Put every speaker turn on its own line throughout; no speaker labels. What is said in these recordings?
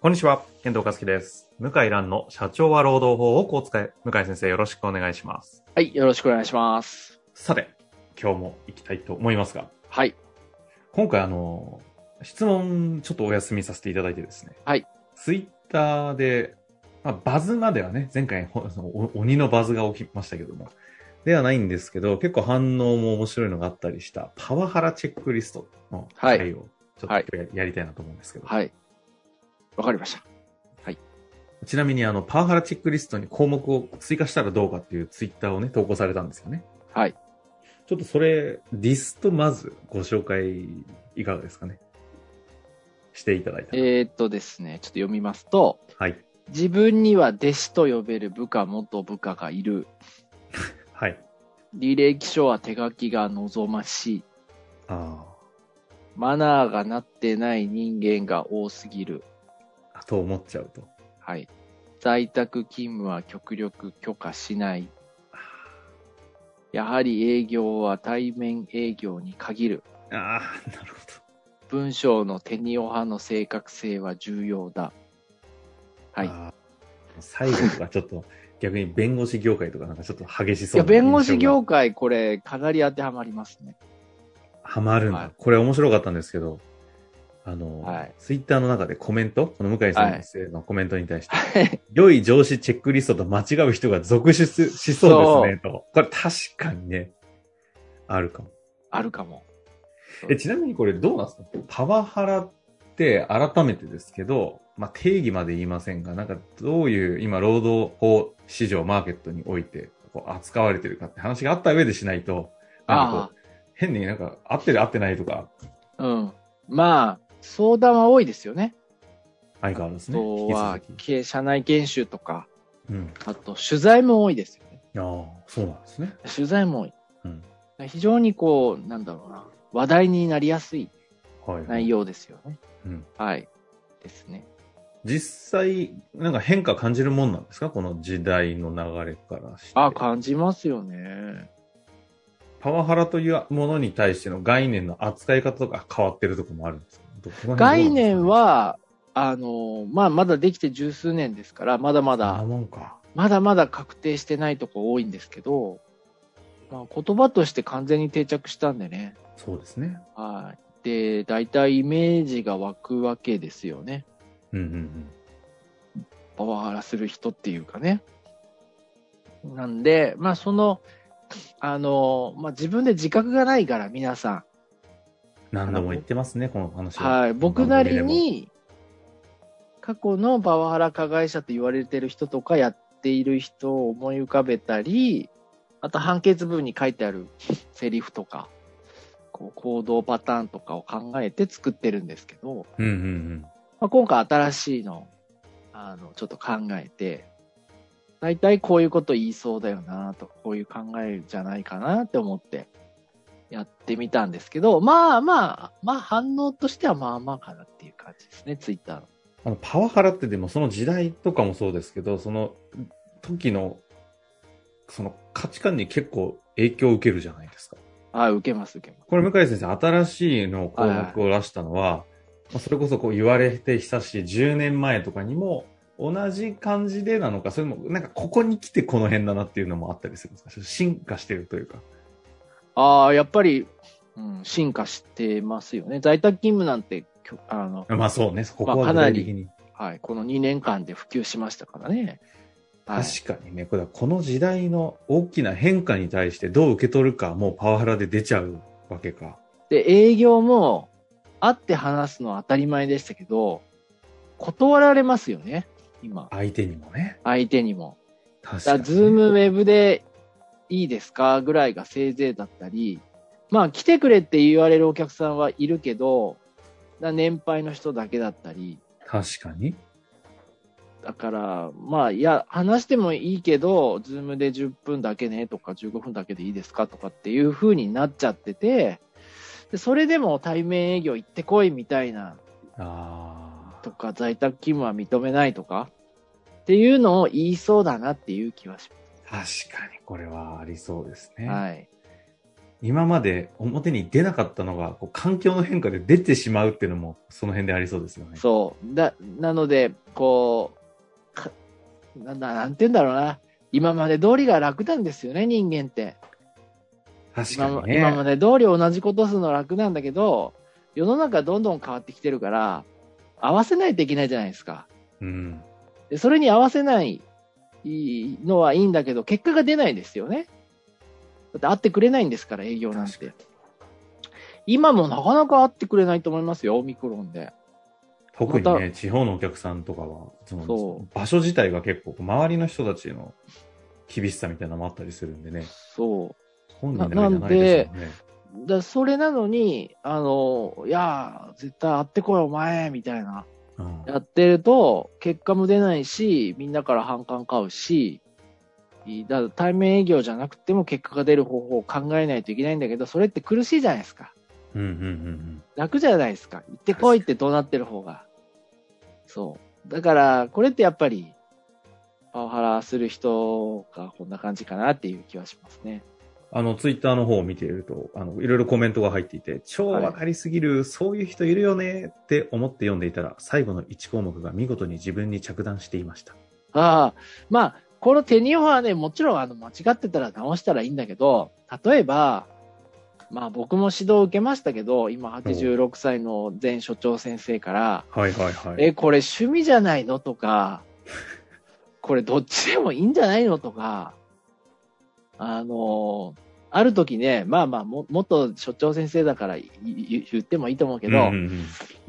こんにちは、遠藤和樹です。向井蘭の社長は労働法をこう使え。向井先生、よろしくお願いします。
はい、よろしくお願いします。
さて、今日も行きたいと思いますが、
はい、
今回あの、質問ちょっとお休みさせていただいてですね。
はい。
ツイッターで、まあ、バズまではね、前回ほそのお鬼のバズが起きましたけども、ではないんですけど、結構反応も面白いのがあったりした、パワハラチェックリストの
はい
回をちょっと今日ややりたいなと思うんですけど、
はい。わかりました。
ちなみにあの、パワハラチェックリストに項目を追加したらどうかっていうツイッターをね、投稿されたんですよね。
はい。
ちょっとそれ、リストまずご紹介いかがですかねしていただいたら。
えーっとですね、ちょっと読みますと、
はい。
自分には弟子と呼べる部下、元部下がいる。
はい。
履歴書は手書きが望ましい。
あ
マナーがなってない人間が多すぎる。
あ。と思っちゃうと。
はい。在宅勤務は極力許可しない。やはり営業は対面営業に限る。
ああ、なるほ
文章の手にお派の正確性は重要だ。
ど。
はい。
あー最後とかちょっと、逆に弁護士業界とかなんかちょっと激し
い
そう
や、
な印象が。
弁護士業界、これ、かなり当てはまります ね。
ハマるんだ、
はい
これ面白かったんですけど、あの、
はい
ツイッターの中でコメント、この向井先生のコメントに対して、
はい。
良い上司チェックリストと間違う人が続出しそうですね、と。これ確かにね、あるかも。
あるかも。
え、ちなみにこれどうなんですかパワハラって改めてですけど、まあ、定義まで言いませんが、なんかどういう今労働法市場マーケットにおいてこう扱われてるかって話があった上でしないと、なんかこ
あ
う、変になんか合ってる合ってないとか、
あ、うん。まあ、相談は多いですよね。
相変わらず
あ
ね。
とは
引き続、き。
経営社内研修とか、
うん。
あと、取材も多いですよね。
ああ、そうなんですね。
取材も多い。
うん。
非常にこう、なんだろうな、話題になりやすい
はい、
内。容ですよね。
うん。
はい。ですね。
実際、なんか変化感じるもんなんですかこの時代の流れからして。
ああ、感じますよね。
パワハラというものに対しての概念の扱い方とか変わってるとこもあるんですかどこが
概念、は、あの、まあ、まだできて十数年ですから、まだまだ
あ、もんか。
まだまだ確定してないとこ多いんですけど、まあ、言葉として完全に定着したんでね。
そうですね。
はい。で、大体イメージが湧くわけですよね。
うんうんうん。
パワハラする人っていうかね。なんで、まあその、あの、まあ自分で自覚がないから皆さ
何度も言ってますね、この話
ん。はい。僕なり。
この番組でも
に、過去のパワハラ加害者と言われてる人とかやっている人を思い浮かべたり、あと判決文に書いてある セリフとか、こう行動パターンとかを考えて作ってるんですけど、
うんうんうん。
まあ、今回新しいの、あの、ちょっと考えて、大体こういうこと言いそうだよなと、こういう考えじゃないかなって思ってやってみたんですけど、まあまあ、まあ反応としてはまあまあかなっていう感じですね、ツイッターの。
あのパワハラってでもその時代とかもそうですけど、その時の、その価値観に結構影響を受けるじゃないですか。
あ受けます受けます。
これ向井先生、新しいのを項目を出したのは、まあそれこそこう言われて久しい10年前とかにも、同じ感じでなのか、それも、なんかここに来てこの辺だなっていうのもあったりするんですかちょっと進化してるというか。
ああ、やっぱり、うん、進化してますよね。在宅勤務なんて、きょあの、
まあそうね、ここ
まあ
は
か
具
な
体
り
的に。
はい、この2年間で普及しましたからね。はい、
確かにね、これはこの時代の大きな変化に対してどう受け取るか、もうパワハラで出ちゃうわけか。
で、営業も、会って話すのは当たり前でしたけど、断られますよね、今。
相手にもね。
相手にも。
確か
だか
に、
らズームウェブでいいですかぐらいがせいぜいだったり、まあ来てくれって言われるお客さんはいるけど、な年配の人だけだったり、
確かに。
だから、まあ、いや、話してもいいけど、ズームで10分だけねとか、15分だけでいいですかとかっていう風になっちゃってて、でそれでも対面営業行ってこいみたいな
あ
とか、在宅勤務は認めないとか、っていうのを言いそうだなっていう気はし
あ、確かにこれはありそうですね。
ます。はい。
今まで表に出なかったのが、こう環境の変化で出てしまうっていうのも、その辺でありそうですよね。
そう。だ、なので、こう、かなななんて言うんだろうな。今まで通りが楽なんですよね、人間って。
確か
今
に
ま今ま
ね。
で通り同じことするの楽なんだけど、世の中どんどん変わってきてるから、合わせないといけないじゃないですか。
うん。
でそれに合わせないのはいいんだけど、結果が出ないですよね。だって会ってくれないんですから、営業なんて。今もなかなか会ってくれないと思いますよ、オミクロンで。
特に
ま
ね、地方のお客さんとかは、そ
そ
の場所自体が結構、周りの人たちの厳しさみたいなのもあったりするんでね、
そう。
本人だけじゃないですもんね。
だそれなのに、あの、いやー、絶対会ってこいお前、みたいな。
うん
やってると、結果も出ないし、みんなから反感買うし、いだから対面営業じゃなくても結果が出る方法を考えないといけないんだけど、それって苦しいじゃないですか。
うんうんうん
楽じゃないですか。行ってこいって怒鳴ってる方が。そう。だから、これってやっぱり、パワハラする人がこんな感じかなっていう気はしますね。
あの、ツイッターの方を見ていると、あの、いろいろコメントが入っていて、超わかりすぎる、そういう人いるよねって思って読んでいたら、最後の1項目が見事に自分に着弾していました。
ああ、まあ、このテニオはね、もちろんあの間違ってたら直したらいいんだけど、例えば、まあ僕も指導を受けましたけど、今86歳の前所長先生から、
はいはいは
え、これ趣味じゃないのとか、これどっちでもいいんじゃないのとか、あのある時ね、まあまあも、元所長先生だからいい言ってもいいと思うけど、
うん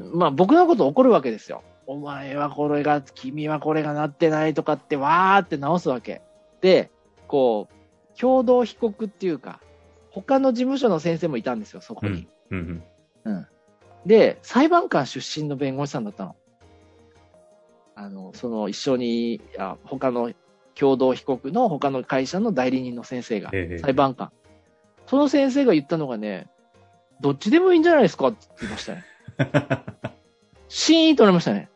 うんうん
まあ僕のこと怒るわけですよ。お前はこれが、君はこれがなってないとかって、わーって直すわけ。で、こう、共同被告っていうか、他の事務所の先生もいたんですよ、そこに。
うんうん
で、裁判官出身の弁護士さんだったの。あの、その一緒に、あ他の共同被告の他の会社の代理人の先生が、
ええ
裁判官。その先生が言ったのがね、どっちでもいいんじゃないですかって言いましたね。シーンとなりましたね。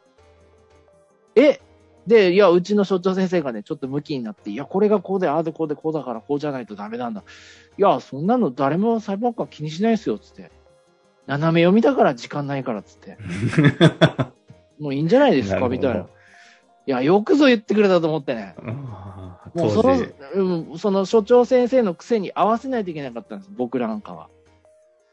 えで、いや、うちの所長先生がね、ちょっとムキになって、いや、これがこうで、ああでこうで、こうだから、こうじゃないとダメなんだ。いや、そんなの誰も裁判官気にしないですよ、つって。斜め読みだから時間ないから、つって。もういいんじゃないです
なる
か、
ほど
みたいな。いや、よくぞ言ってくれたと思ってね。
ああ
も う
当
その
時、
うん、その所長先生の癖に合わせないといけなかったんです、僕らなんかは。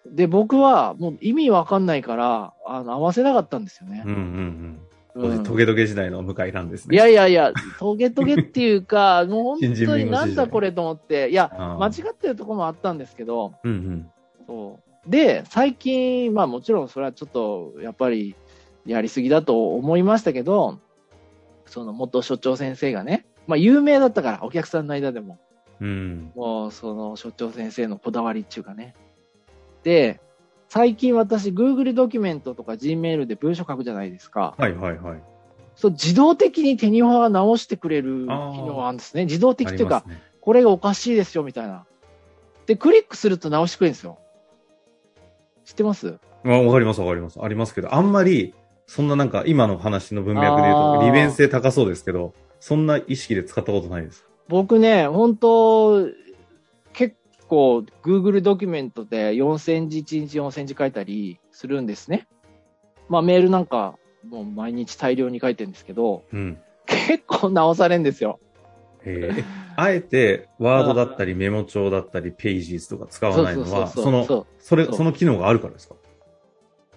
で、僕はもう意味わかんないから、あの、合わせなかったんですよね
うん。うんうん。
う
当時
ん
トゲトゲ時代の向井なんですね。
いやいやいや、トゲトゲっていうか、もう本
新人
当
弁
に
護士
な
時代
んだこれと思って、いや、
あー
間違ってるとこもあったんですけど、
うんうん。
そうで、最近、まあもちろんそれはちょっと、やっぱり、やりすぎだと思いましたけど、その元所長先生がね、まあ有名だったから、お客さんの間でも、
うん。
もうその所長先生のこだわりっていうかね。で、最近私、Google ドキュメントとか Gmail で文章書くじゃないですか。
はいはいはい。
そう自動的に手には直してくれる機能があるんですね。自動的
あ
とい
り
う
ま
か、
すね。
これがおかしいですよみたいな。で、クリックすると直してくれるんですよ。知ってます
あわかりますわかります。ありますけど、あんまり、そんななんか今の話の文脈で言う
あ
と、
ー
利便性高そうですけど、そんな意識で使ったことないです。
僕ね、本当結構 Google ドキュメントで4000字、1日4000字書いたりするんですね。まあメールなんかもう毎日大量に書いてるんですけど、
うん。
結構直されるんですよ。
えーあえて、ワードだったり、メモ帳だったり、ページーズとか使わないのは、その、
そう。
それ、
そう
その機能があるからですか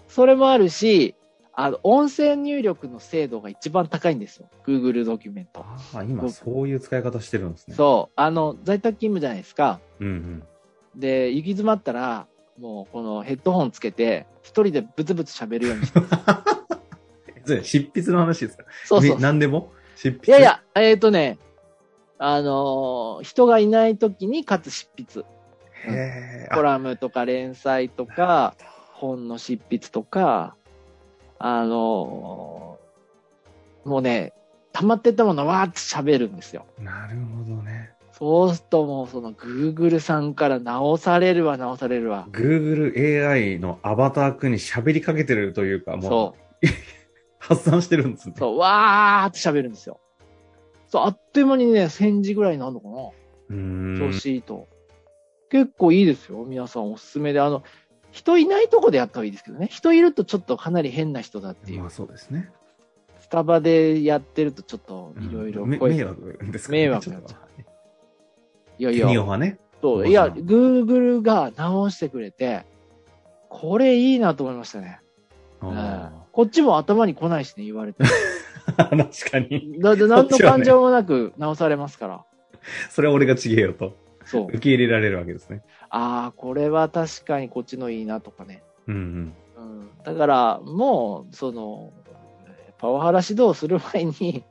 それもあるし、あの、音声入力の精度が一番高いんですよ。Google ドキュメント。
ああ、今そういう使い方してるんですね。
そう。あの、在宅勤務じゃないですか。
う。うん
で、行き詰まったら、もうこのヘッドホンつけて、一人でブツブツ喋る ようにして。
うん。それ執筆の話ですか
そうそう
み。何でも執筆
いやい。や、えっ、とね、あのー人がいない時に、かつ執筆。
へー
コラムとか連載とか、本の執筆とか、あのーもうね、溜まってったものわーって喋るんですよ。
あなるほどね。
そうするともうその Google さんから直されるわ直されるわ。
Google AI のアバター君に喋りかけてるというか、もう
そ
発散してるんですね
う。。そう、わーって喋るんですよ。そう、あっという間にね、1000字ぐらいになるのかな。
うーん
調子いいと。結構いいですよ。皆さんおすすめで。あの、人いないとこでやったらいいですけどね。人いるとちょっとかなり変な人だっていう。
まあそうですね。
スタバでやってるとちょっといろいろ
うんめ
声
迷惑ですか
迷惑
ちょっと
いやい
手に
や、
はね。
そう。いや、Google が直してくれて、これいいなと思いましたね。うん
あ
こっちも頭に来ないしね、言 われて。
ー確かに。
だって何
こっ
の
ちはね
感情もなく直されますから。
それは俺が違えよと。
そう
受。け入れられるわけですね。
ああ、これは確かにこっちのいいなとかね。
うんうん。
うんだから、もう、その、パワハラ指導する前に、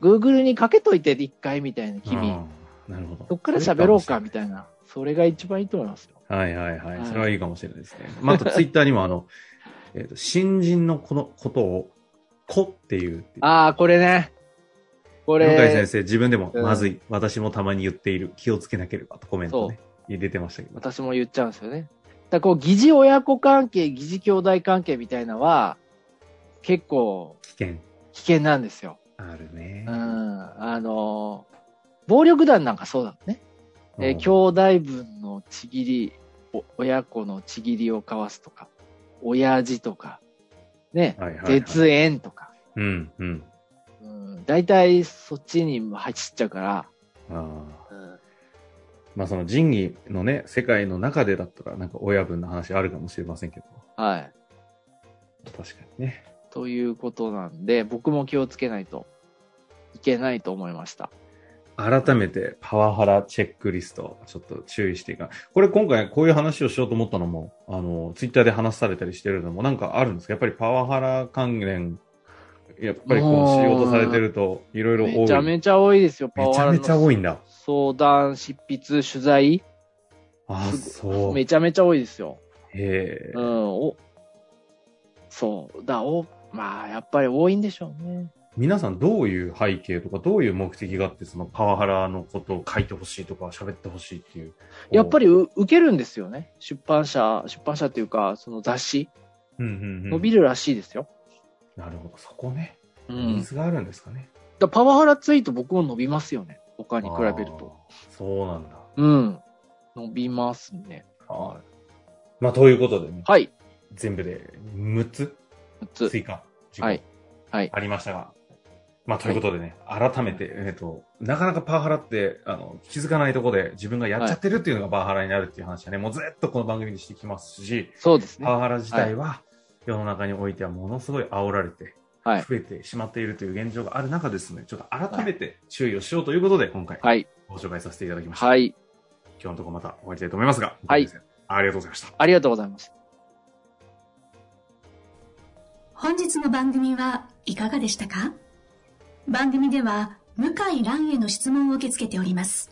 Google にかけといて、一回みたいな、君。
あー。なるほど。
そっから喋ろ
それいい
うか、
もしれない
みたいな。それが一番いいと思いますよ。
はいはいは
はい
い。それはいいかもしれないですね。まあ、あとツイッターにもあの、 えっと、新人のこのことを、子っていう。
ああ、これね。こ
向井先
れ、
生、自分でも、
うん
まずい、私もたまに言っている。気をつけなければとコメントね。入れてましたけど。
私も言っちゃうんですよね。だからこう、疑似親子関係、疑似兄弟関係みたいなのは、結構
危険。
危険なんですよ。
あるね
うん。。あの、暴力団なんかそうだね。えー兄弟分のちぎり、お親子のちぎりを交わすとか、親父とか、ね、
はいはいはい
絶縁とか、
うんうん。
うん、大体そっちに走っちゃうから、
ああ。まあその仁義のね、世界の中でだったら、なんか親分の話あるかもしれませんけど、
はい。
確かにね。
ということなんで、僕も気をつけないといけないと思いました。
改めてパワハラチェックリスト、ちょっと注意していかこれ今回こういう話をしようと思ったのも、あの、ツイッターで話されたりしてるのもなんかあるんですかやっぱりパワハラ関連、やっぱりこう仕事されてると、いろいろ多い。
めちゃめちゃ多いですよ、パ
め
ワ
ち
ハ
ゃ
ラ
めちゃ多
の
いんだ。
相談、執筆、取材、
あ、そう。へ
めちゃめちゃ多いですよ。
え
うん、。お、そう、だ、お、まあ、やっぱり多いんでしょうね。
皆さんどういう背景とか、どういう目的があって、そのパワハラのことを書いてほしいとか、喋ってほしいっていう。
やっぱ
り、
りう受けるんですよね。出版社、出版社っていうか、その雑誌、
うんうんうん
伸びるらしいですよ。
なるほど、そこね。
うん。
ニー
だか
ズがあるんですかね。
らパワハラツイート僕も伸びますよね。他に比べると。
あー。そうなんだ。
うん。伸びますね。
はい。まあ、ということでね、
はい。
全部で6つ
6つ。
追加、
はい。はい
ありましたが、まあ、ということでね、改めて、えっ、と、なかなかパワハラって、あの、気づかないとこで自分がやっちゃってるっていうのがパワハラになるっていう話はね、もうずっとこの番組にしてきますし、
そうです
パ
ね。
ワハラ自体は、世の中においてはものすごい煽られて、
はい
増えてしまっているという現状がある中ですね、ちょっと改めて注意をしようということで、今回
はい。
ご紹介させていただきました。
はい。
今日のところまた終わりたいと思いますが、
はい
本日ありがとうございました。
ありがとうございました。
本日の番組はいかがでしたか番組では向井蘭への質問を受け付けております。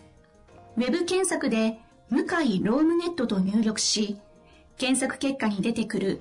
ウェブ検索で向井ロームネットと入力し、検索結果に出てくる